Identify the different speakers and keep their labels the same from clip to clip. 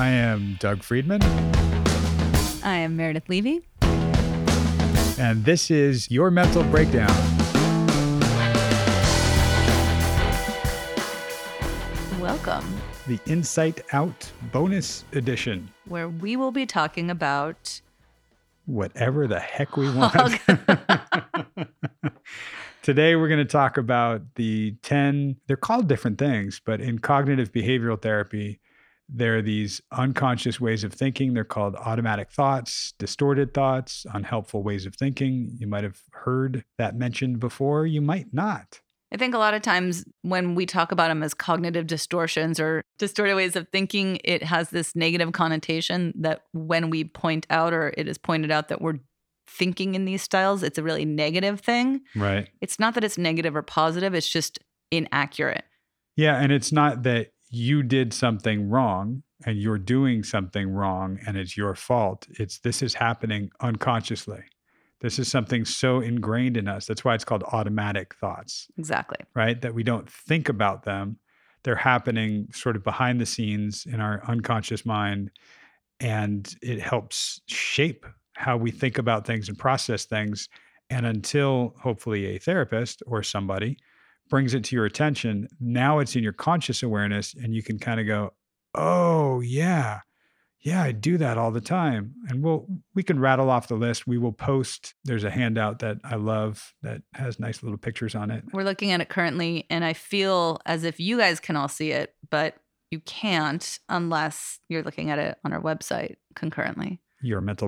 Speaker 1: I am Doug Friedman,
Speaker 2: I am Meredith Levy.
Speaker 1: and this is Your Mental Breakdown.
Speaker 2: Welcome,
Speaker 1: the Insight Out bonus edition.
Speaker 2: where we will be talking about
Speaker 1: Whatever the heck we want. Today, we're going to talk about the 10, they're called different things, but in cognitive behavioral therapy, there are these unconscious ways of thinking. They're called automatic thoughts, distorted thoughts, unhelpful ways of thinking. You might have heard that mentioned before. You might not.
Speaker 2: I think a lot of times when we talk about them as cognitive distortions or distorted ways of thinking, it has this negative connotation that when we point out or it is pointed out that we're thinking in these styles, it's a really negative thing.
Speaker 1: Right.
Speaker 2: It's not that it's negative or positive, it's just inaccurate.
Speaker 1: Yeah, and it's not that you did something wrong and you're doing something wrong and it's your fault. It's this is happening unconsciously. This is something so ingrained in us. That's why it's called automatic thoughts,
Speaker 2: Exactly.
Speaker 1: right? That we don't think about them. They're happening sort of behind the scenes in our unconscious mind and it helps shape how we think about things and process things and until hopefully a therapist or somebody brings it to your attention, now it's in your conscious awareness and you can kind of go, oh, yeah, yeah, I do that all the time. And we'll, we can rattle off the list. We will post, there's a handout that I love that has nice little pictures on it.
Speaker 2: We're looking at it currently, and I feel as if you guys can all see it, but you can't unless you're looking at it on our website concurrently.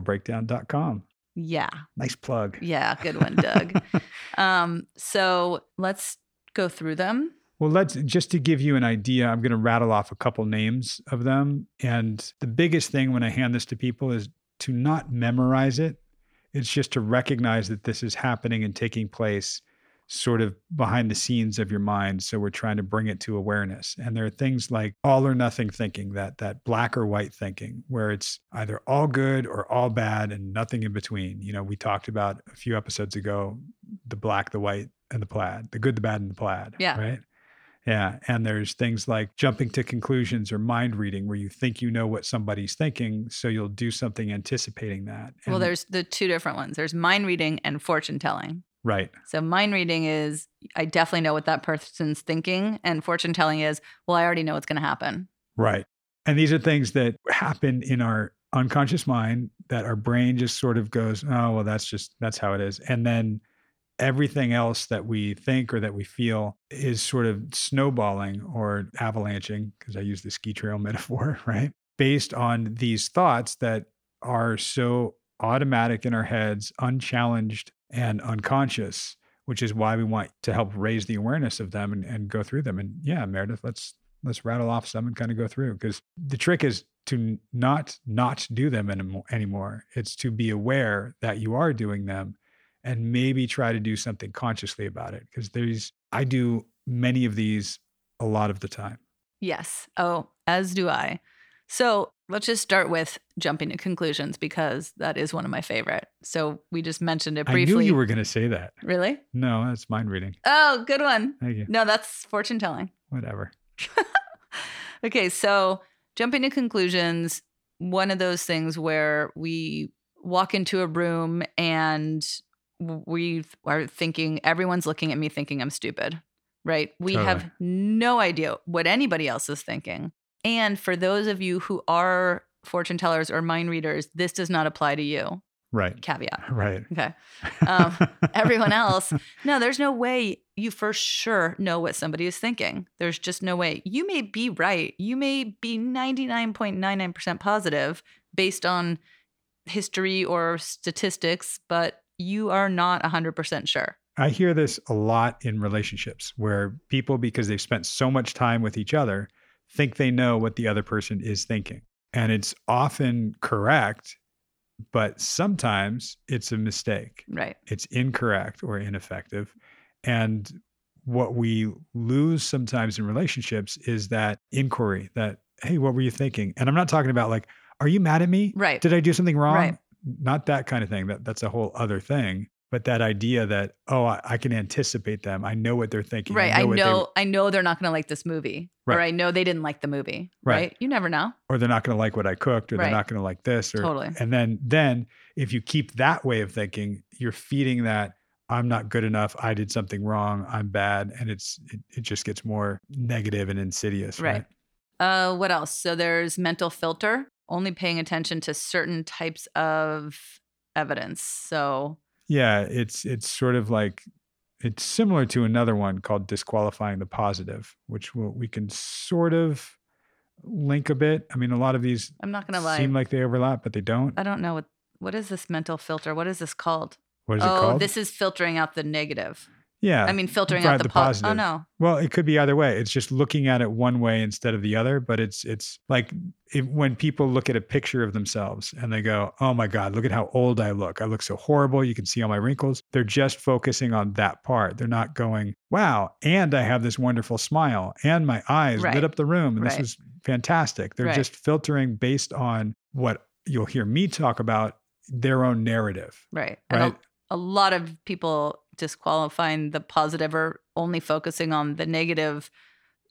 Speaker 1: Yourmentalbreakdown.com.
Speaker 2: Yeah.
Speaker 1: Nice plug.
Speaker 2: Yeah. Good one, Doug. um, so let's go through them.
Speaker 1: Well, let's just to give you an idea, I'm going to rattle off a couple names of them. And the biggest thing when I hand this to people is to not memorize it. It's just to recognize that this is happening and taking place sort of behind the scenes of your mind. So we're trying to bring it to awareness. And there are things like all or nothing thinking, that that black or white thinking, where it's either all good or all bad and nothing in between. You know, we talked about a few episodes ago the black, the white, and the plaid, the good, the bad, and the plaid.
Speaker 2: Yeah.
Speaker 1: Right. Yeah. And there's things like jumping to conclusions or mind reading where you think you know what somebody's thinking. So you'll do something anticipating that.
Speaker 2: Well,
Speaker 1: And-
Speaker 2: there's the two different ones there's mind reading and fortune telling.
Speaker 1: right.
Speaker 2: So, mind reading is I definitely know what that person's thinking, and fortune telling is, well, I already know what's going to happen.
Speaker 1: Right. And these are things that happen in our unconscious mind that our brain just sort of goes, oh, well, that's just, that's how it is. And then everything else that we think or that we feel is sort of snowballing or avalanching, because I use the ski trail metaphor, right? Based on these thoughts that are so automatic in our heads, unchallenged and unconscious, which is why we want to help raise the awareness of them and, and go through them. And yeah, Meredith, let's let's rattle off some and kind of go through because the trick is to n- not not do them animo- anymore it's to be aware that you are doing them and maybe try to do something consciously about it because there's i do many of these a lot of the time
Speaker 2: Yes. Oh, as do I. So let's just start with jumping to conclusions because that is one of my favorite. So we just mentioned it briefly.
Speaker 1: i knew you were going to say that
Speaker 2: really?
Speaker 1: no that's mind reading
Speaker 2: Oh, good one.
Speaker 1: thank you
Speaker 2: No, that's fortune telling.
Speaker 1: whatever
Speaker 2: Okay, so jumping to conclusions, one of those things where we walk into a room and we are thinking everyone's looking at me thinking I'm stupid, right? We have
Speaker 1: Totally.
Speaker 2: no idea what anybody else is thinking. And for those of you who are fortune tellers or mind readers, this does not apply to you.
Speaker 1: right
Speaker 2: Caveat.
Speaker 1: right
Speaker 2: Okay. Um, everyone else, no, there's no way you for sure know what somebody is thinking. There's just no way. You may be right. You may be 99.99% positive based on history or statistics, but you are not 100% sure.
Speaker 1: I hear this a lot in relationships where people, because they've spent so much time with each other, think they know what the other person is thinking. And it's often correct, but sometimes it's a mistake.
Speaker 2: Right.
Speaker 1: It's incorrect or ineffective. And what we lose sometimes in relationships is that inquiry that, hey, what were you thinking? And I'm not talking about like, are you mad at me?
Speaker 2: Right.
Speaker 1: Did I do something wrong?
Speaker 2: Right.
Speaker 1: Not that kind of thing. That that's a whole other thing. but that idea that oh I, I can anticipate them i know what they're thinking
Speaker 2: Right. I know,
Speaker 1: what they-
Speaker 2: I know they're not going to like this movie, or
Speaker 1: Right.
Speaker 2: I know they didn't like the movie.
Speaker 1: Right.
Speaker 2: Right. You never know.
Speaker 1: or they're not going to like what i cooked or
Speaker 2: Right.
Speaker 1: they're not going to like this or
Speaker 2: Totally.
Speaker 1: and then then if you keep that way of thinking you're feeding that i'm not good enough i did something wrong i'm bad and it's it, it just gets more negative and insidious right,
Speaker 2: Right. Uh, what else? So there's mental filter, only paying attention to certain types of evidence. So
Speaker 1: yeah it's it's sort of like it's similar to another one called disqualifying the positive which we'll, we can sort of link a bit i mean a lot of these
Speaker 2: I'm not going to lie.
Speaker 1: seem like they overlap but they don't
Speaker 2: I don't know what what is this mental filter? What is this called?
Speaker 1: what is
Speaker 2: oh,
Speaker 1: it called
Speaker 2: this is filtering out the negative.
Speaker 1: yeah
Speaker 2: I mean, filtering
Speaker 1: Right,
Speaker 2: out the,
Speaker 1: the
Speaker 2: po- Oh
Speaker 1: positive.
Speaker 2: no,
Speaker 1: Well, it could be either way. It's just looking at it one way instead of the other. But it's it's like if, when people look at a picture of themselves and they go, "Oh my God, look at how old I look! I look so horrible. You can see all my wrinkles." They're just focusing on that part. They're not going, "Wow!" And I have this wonderful smile, and my eyes
Speaker 2: Right.
Speaker 1: lit up the room, and
Speaker 2: Right.
Speaker 1: this was fantastic. They're
Speaker 2: Right.
Speaker 1: just filtering based on what you'll hear me talk about their own narrative.
Speaker 2: right?
Speaker 1: Right.
Speaker 2: And a, a lot of people disqualifying the positive or only focusing on the negative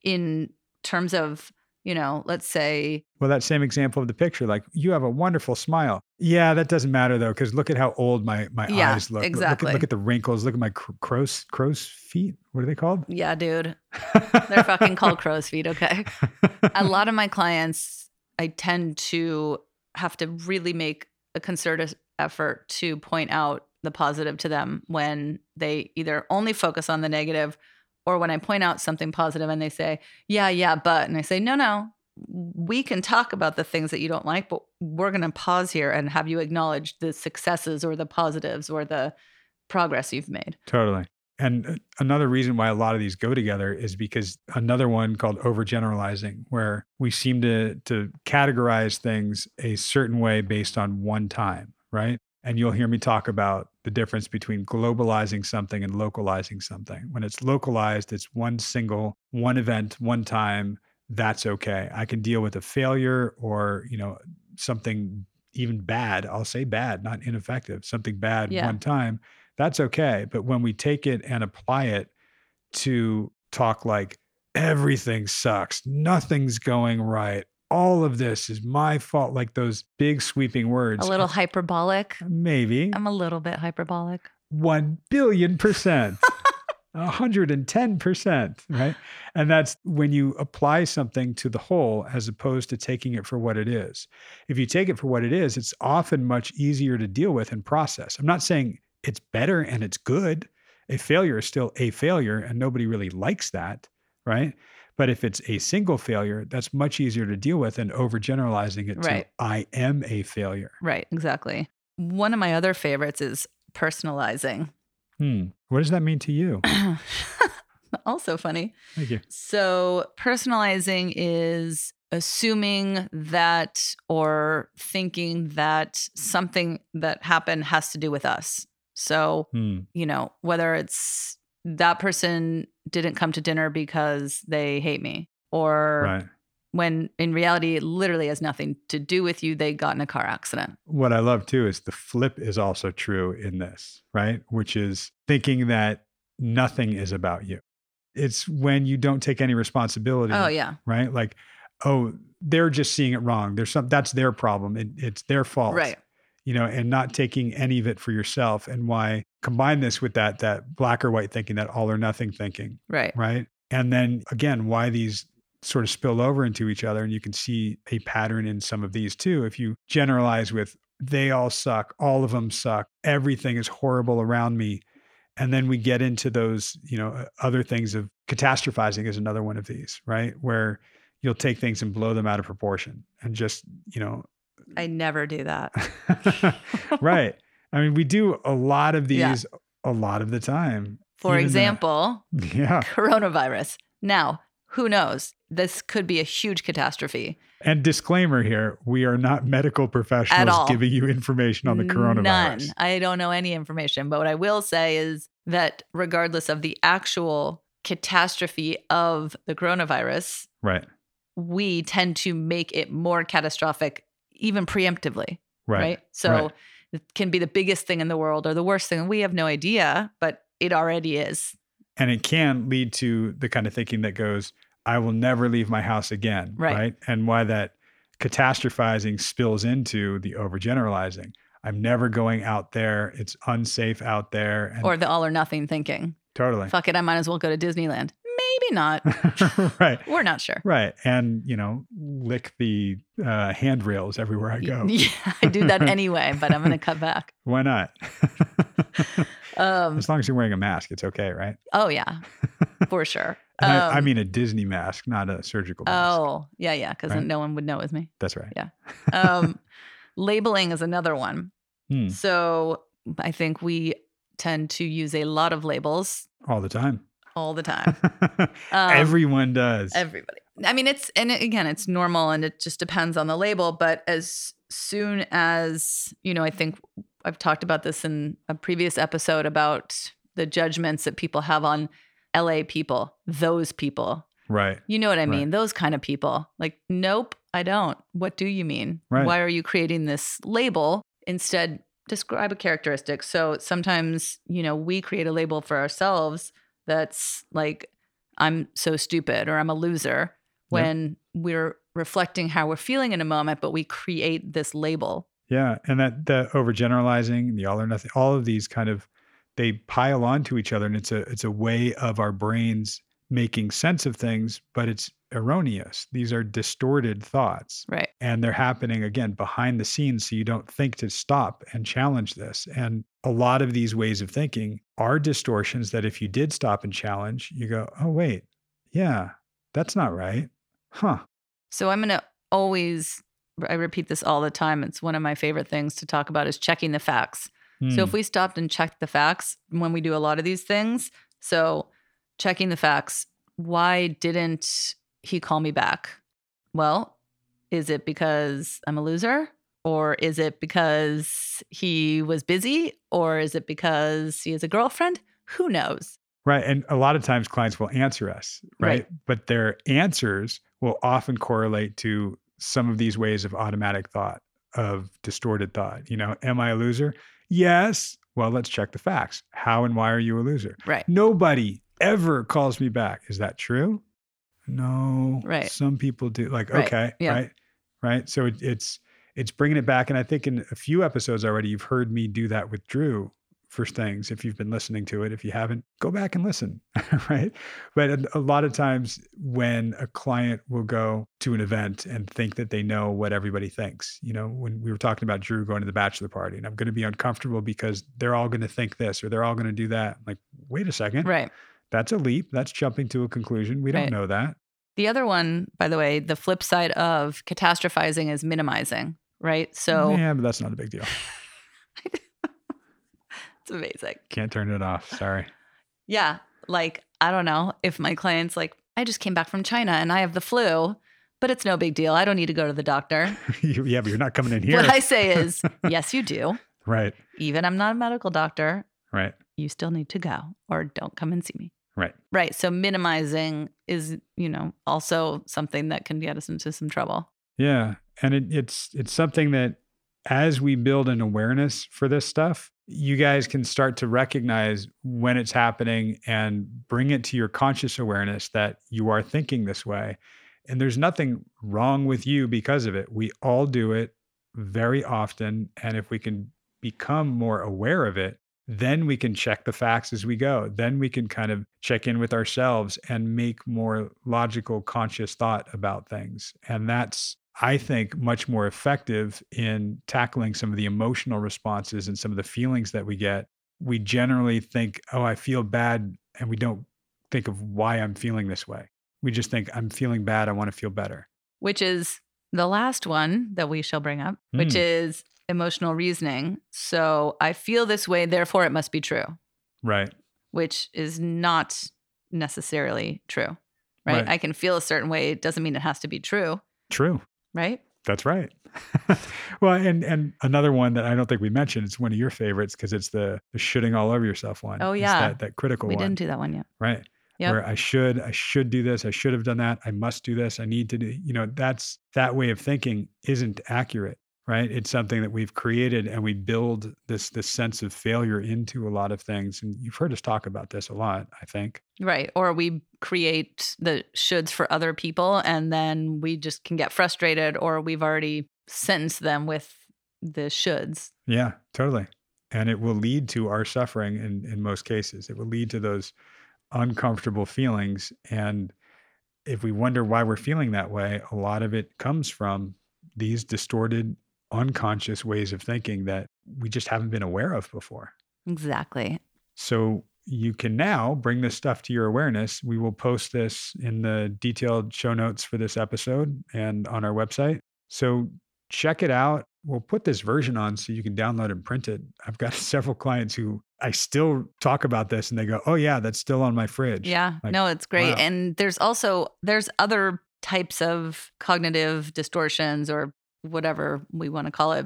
Speaker 2: in terms of you know, let's say
Speaker 1: Well, that same example of the picture, like you have a wonderful smile. Yeah, that doesn't matter though, because look at how old my my
Speaker 2: Yeah,
Speaker 1: eyes look. Look-
Speaker 2: exactly.
Speaker 1: Look at, look at the wrinkles. Look at my cr- crow's crow's feet. What are they called?
Speaker 2: Yeah, dude. They're fucking called crow's feet, okay? A lot of my clients, I tend to have to really make a concerted effort to point out the positive to them when they either only focus on the negative or when I point out something positive and they say, yeah, yeah, but. And I say, no, no, we can talk about the things that you don't like, but we're going to pause here and have you acknowledge the successes or the positives or the progress you've made.
Speaker 1: Totally. And uh, another reason why a lot of these go together is because another one called overgeneralizing, where we seem to to categorize things a certain way based on one time, right? And you'll hear me talk about the difference between globalizing something and localizing something. When it's localized, it's one single, one event, one time. That's okay. I can deal with a failure or, you know, something even bad. I'll say bad, not ineffective, something bad
Speaker 2: Yeah.
Speaker 1: one time that's okay. But when we take it and apply it to talk like everything sucks, nothing's going right, all of this is my fault, like those big sweeping words.
Speaker 2: A little hyperbolic.
Speaker 1: Maybe
Speaker 2: I'm a little bit hyperbolic.
Speaker 1: 1 billion percent. 110%, right? And that's when you apply something to the whole as opposed to taking it for what it is. If you take it for what it is, it's often much easier to deal with and process. I'm not saying it's better and it's good. A failure is still a failure, and nobody really likes that, right? But if it's a single failure, that's much easier to deal with and overgeneralizing it
Speaker 2: Right.
Speaker 1: to I am a failure.
Speaker 2: Right, exactly. One of my other favorites is personalizing.
Speaker 1: Hmm. What does that mean to you?
Speaker 2: also funny.
Speaker 1: Thank you.
Speaker 2: So, personalizing is assuming that or thinking that something that happened has to do with us. So,
Speaker 1: Hmm.
Speaker 2: you know, whether it's that person didn't come to dinner because they hate me or
Speaker 1: Right.
Speaker 2: when in reality it literally has nothing to do with you, they got in a car accident.
Speaker 1: what I love too is the flip is also true in this, right? Which is thinking that nothing is about you. It's when you don't take any responsibility,
Speaker 2: Oh yeah.
Speaker 1: right? Like, oh, they're just seeing it wrong. There's some that's their problem. It, it's their fault,
Speaker 2: Right.
Speaker 1: You know, and not taking any of it for yourself. And why combine this with that that black or white thinking, that all or nothing thinking,
Speaker 2: Right.
Speaker 1: right? And then again, why these sort of spill over into each other. And you can see a pattern in some of these too. If you generalize with, they all suck, all of them suck, everything is horrible around me. And then we get into those, you know, uh, other things of catastrophizing is another one of these, right? Where you'll take things and blow them out of proportion and just, you know,
Speaker 2: I never do that.
Speaker 1: right. I mean, we do a lot of
Speaker 2: Yeah.
Speaker 1: these a lot of the time.
Speaker 2: For
Speaker 1: Even the-
Speaker 2: example,
Speaker 1: Yeah.
Speaker 2: coronavirus. Now, who knows? This could be a huge catastrophe.
Speaker 1: And disclaimer here, we are not medical professionals
Speaker 2: all.
Speaker 1: giving you information on the coronavirus.
Speaker 2: None. I don't know any information, but what I will say is that regardless of the actual catastrophe of the coronavirus,
Speaker 1: Right,
Speaker 2: we tend to make it more catastrophic even preemptively,
Speaker 1: right.
Speaker 2: right? So
Speaker 1: right.
Speaker 2: It can be the biggest thing in the world or the worst thing. We have no idea, but it already is.
Speaker 1: and it can lead to the kind of thinking that goes i will never leave my house again
Speaker 2: Right.
Speaker 1: and why that catastrophizing spills into the overgeneralizing i'm never going out there it's unsafe out there and
Speaker 2: Or the all or nothing thinking.
Speaker 1: totally
Speaker 2: Fuck it, I might as well go to Disneyland. Maybe not.
Speaker 1: right
Speaker 2: We're not sure.
Speaker 1: right and you know lick the uh, handrails everywhere i go
Speaker 2: Yeah, I do that anyway, but I'm going to cut back.
Speaker 1: why not
Speaker 2: Um,
Speaker 1: as long as you're wearing a mask it's okay right
Speaker 2: oh, yeah, for sure.
Speaker 1: and I, I
Speaker 2: Um,
Speaker 1: mean a disney mask not a surgical mask
Speaker 2: Oh, yeah, yeah, because
Speaker 1: Right.
Speaker 2: no one would know it was me.
Speaker 1: that's right
Speaker 2: Um, labeling is another one.
Speaker 1: Hmm.
Speaker 2: So I think we tend to use a lot of labels
Speaker 1: all the time
Speaker 2: all the time. Um,
Speaker 1: everyone does
Speaker 2: everybody. I mean, it's and it- again, it's normal, and it just depends on the label. But as soon as you know, I think I've talked about this in a previous episode about the judgments that people have on LA people, those people.
Speaker 1: right
Speaker 2: You know what I
Speaker 1: Right.
Speaker 2: mean? Those kind of people. Like, nope, I don't. What do you mean?
Speaker 1: Right.
Speaker 2: Why are you creating this label? Instead, describe a characteristic. So sometimes, you know, we create a label for ourselves that's like, I'm so stupid or I'm a loser
Speaker 1: Yeah.
Speaker 2: when we're reflecting how we're feeling in a moment, but we create this label.
Speaker 1: Yeah, and that the overgeneralizing, the all or nothing, all of these kind of they pile onto each other, and it's a it's a way of our brains making sense of things, but it's erroneous. These are distorted thoughts,
Speaker 2: Right.
Speaker 1: and they're happening again behind the scenes, so you don't think to stop and challenge this. And a lot of these ways of thinking are distortions that if you did stop and challenge, you go, oh wait, yeah, that's not right, huh?
Speaker 2: So I'm going to always, I repeat this all the time. It's one of my favorite things to talk about is checking the facts. So
Speaker 1: Hmm.
Speaker 2: if we stopped and checked the facts when we do a lot of these things, so checking the facts, why didn't he call me back? Well, is it because I'm a loser? Or is it because he was busy? Or is it because he has a girlfriend? Who knows?
Speaker 1: Right. And a lot of times clients will answer us, right?
Speaker 2: Right.
Speaker 1: But their answers will often correlate to some of these ways of automatic thought, of distorted thought. You know, am I a loser? Yes. Well, let's check the facts. How and why are you a loser?
Speaker 2: Right.
Speaker 1: Nobody ever calls me back. Is that true? No.
Speaker 2: Right.
Speaker 1: Some people do. Like,
Speaker 2: Right.
Speaker 1: okay.
Speaker 2: Yeah.
Speaker 1: Right. Right. So it, it's, it's bringing it back. And I think in a few episodes already, you've heard me do that with Drew for things. If you've been listening to it, if you haven't, go back and listen. right. But a- a lot of times when a client will go to an event and think that they know what everybody thinks, you know, when we were talking about Drew going to the bachelor party and I'm going to be uncomfortable because they're all going to think this or they're all going to do that. I'm like, wait a second.
Speaker 2: Right.
Speaker 1: That's a leap. That's jumping to a conclusion. We don't
Speaker 2: Right.
Speaker 1: know that.
Speaker 2: The other one, by the way, the flip side of catastrophizing is minimizing, right? So
Speaker 1: yeah, but that's not a big deal.
Speaker 2: it's amazing.
Speaker 1: Can't turn it off. Sorry.
Speaker 2: Yeah. Like, I don't know if my client's like, I just came back from China and I have the flu, but it's no big deal. I don't need to go to the doctor.
Speaker 1: You- yeah, but you're not coming in here.
Speaker 2: What I say is, yes, you do.
Speaker 1: right.
Speaker 2: Even I'm not a medical doctor,
Speaker 1: Right.
Speaker 2: you still need to go or don't come and see me.
Speaker 1: Right.
Speaker 2: Right. So minimizing is, you know, also something that can get us into some trouble.
Speaker 1: Yeah, and it, it's it's something that as we build an awareness for this stuff, you guys can start to recognize when it's happening and bring it to your conscious awareness that you are thinking this way. And there's nothing wrong with you because of it. We all do it very often, and if we can become more aware of it, then we can check the facts as we go. Then we can kind of check in with ourselves and make more logical, conscious thought about things. And that's, I think, much more effective in tackling some of the emotional responses and some of the feelings that we get. We generally think, oh, I feel bad. And we don't think of why I'm feeling this way. We just think, I'm feeling bad. I want to feel better.
Speaker 2: which is the last one that we shall bring up, which
Speaker 1: Mm.
Speaker 2: is emotional reasoning. So I feel this way, therefore it must be true.
Speaker 1: Right.
Speaker 2: which is not necessarily true, right?
Speaker 1: Right.
Speaker 2: I can feel a certain way. It doesn't mean it has to be true,
Speaker 1: True.
Speaker 2: right?
Speaker 1: That's right. well, and and another one that I don't think we mentioned, it's one of your favorites because it's the, the shooting all over yourself one.
Speaker 2: Oh,
Speaker 1: It's
Speaker 2: yeah.
Speaker 1: that, that critical
Speaker 2: we
Speaker 1: one.
Speaker 2: didn't do that one yet.
Speaker 1: Right.
Speaker 2: Yep.
Speaker 1: Where I should, I should do this, I should have done that, I must do this, I need to do, you know, that's that way of thinking isn't accurate. right it's something that we've created and we build this this sense of failure into a lot of things and you've heard us talk about this a lot i think
Speaker 2: Right. Or we create the shoulds for other people and then we just can get frustrated or we've already sentenced them with the shoulds.
Speaker 1: yeah totally and it will lead to our suffering in in most cases it will lead to those uncomfortable feelings and if we wonder why we're feeling that way a lot of it comes from these distorted unconscious ways of thinking that we just haven't been aware of before
Speaker 2: Exactly.
Speaker 1: So you can now bring this stuff to your awareness. We will post this in the detailed show notes for this episode and on our website. So check it out. We'll put this version on so you can download and print it. I've got several clients who I still talk about this and they go, "Oh yeah, that's still on my fridge."
Speaker 2: Yeah.
Speaker 1: Like,
Speaker 2: no, it's great.
Speaker 1: wow.
Speaker 2: And there's also there's other types of cognitive distortions or whatever we want to call it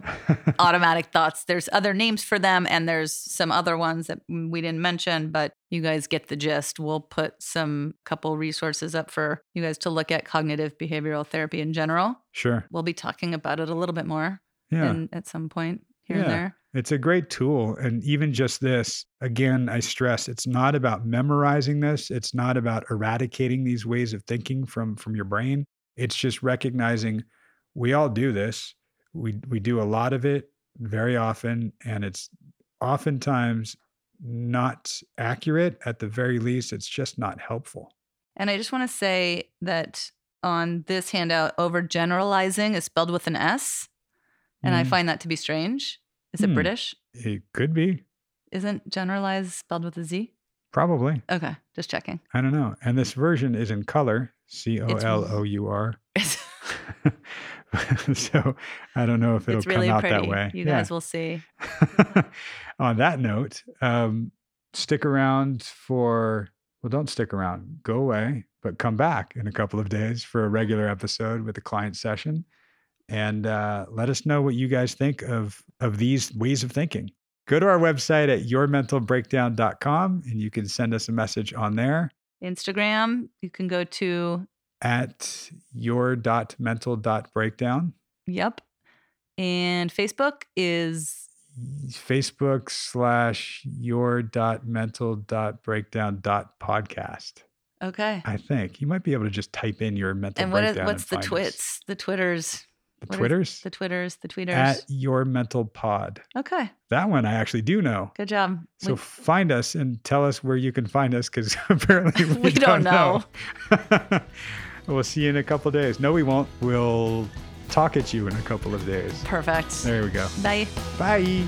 Speaker 2: automatic thoughts. There's other names for them, and there's some other ones that we didn't mention, but you guys get the gist. We'll put some couple resources up for you guys to look at cognitive behavioral therapy in general.
Speaker 1: sure.
Speaker 2: We'll be talking about it a little bit more
Speaker 1: Yeah.
Speaker 2: in, at some point here
Speaker 1: Yeah.
Speaker 2: and there.
Speaker 1: It's a great tool. And even just this, again, I stress it's not about memorizing this. It's not about eradicating these ways of thinking from, from your brain. It's just recognizing we all do this. We we do a lot of it very often. And it's oftentimes not accurate. At the very least, it's just not helpful.
Speaker 2: And I just want to say that on this handout, overgeneralizing is spelled with an S, and I
Speaker 1: Mm.
Speaker 2: find that to be strange. Is it
Speaker 1: Hmm.
Speaker 2: British?
Speaker 1: it could be,
Speaker 2: Isn't generalize spelled with a Z?
Speaker 1: probably.
Speaker 2: Okay, just checking.
Speaker 1: I don't know. And this version is in color, C O L O U R.
Speaker 2: It's-
Speaker 1: so I don't know if it'll
Speaker 2: it's really
Speaker 1: come out
Speaker 2: pretty.
Speaker 1: that way.
Speaker 2: You
Speaker 1: Yeah.
Speaker 2: guys will see.
Speaker 1: On that note, um, stick around for, well, don't stick around, go away, but come back in a couple of days for a regular episode with a client session. And uh, let us know what you guys think of, of these ways of thinking. Go to our website at yourmentalbreakdown.com and you can send us a message on there
Speaker 2: Instagram, you can go to
Speaker 1: at your.mental.breakdown.
Speaker 2: yep. And Facebook is
Speaker 1: Facebook slash your dot mental dot breakdown dot podcast.
Speaker 2: okay.
Speaker 1: I think you might be able to just type in your mental
Speaker 2: and what is
Speaker 1: breakdown.
Speaker 2: what's the
Speaker 1: and find us.
Speaker 2: twits? The twitters,
Speaker 1: The
Speaker 2: What is
Speaker 1: Twitters
Speaker 2: the twitters, the tweeters.
Speaker 1: at your mental pod.
Speaker 2: okay.
Speaker 1: That one I actually do know.
Speaker 2: Good job.
Speaker 1: So
Speaker 2: we,
Speaker 1: find us and tell us where you can find us because apparently we,
Speaker 2: We don't
Speaker 1: know. we'll see you in a couple days. No, we won't. We'll talk at you in a couple of days.
Speaker 2: perfect.
Speaker 1: There we go.
Speaker 2: Bye.
Speaker 1: Bye.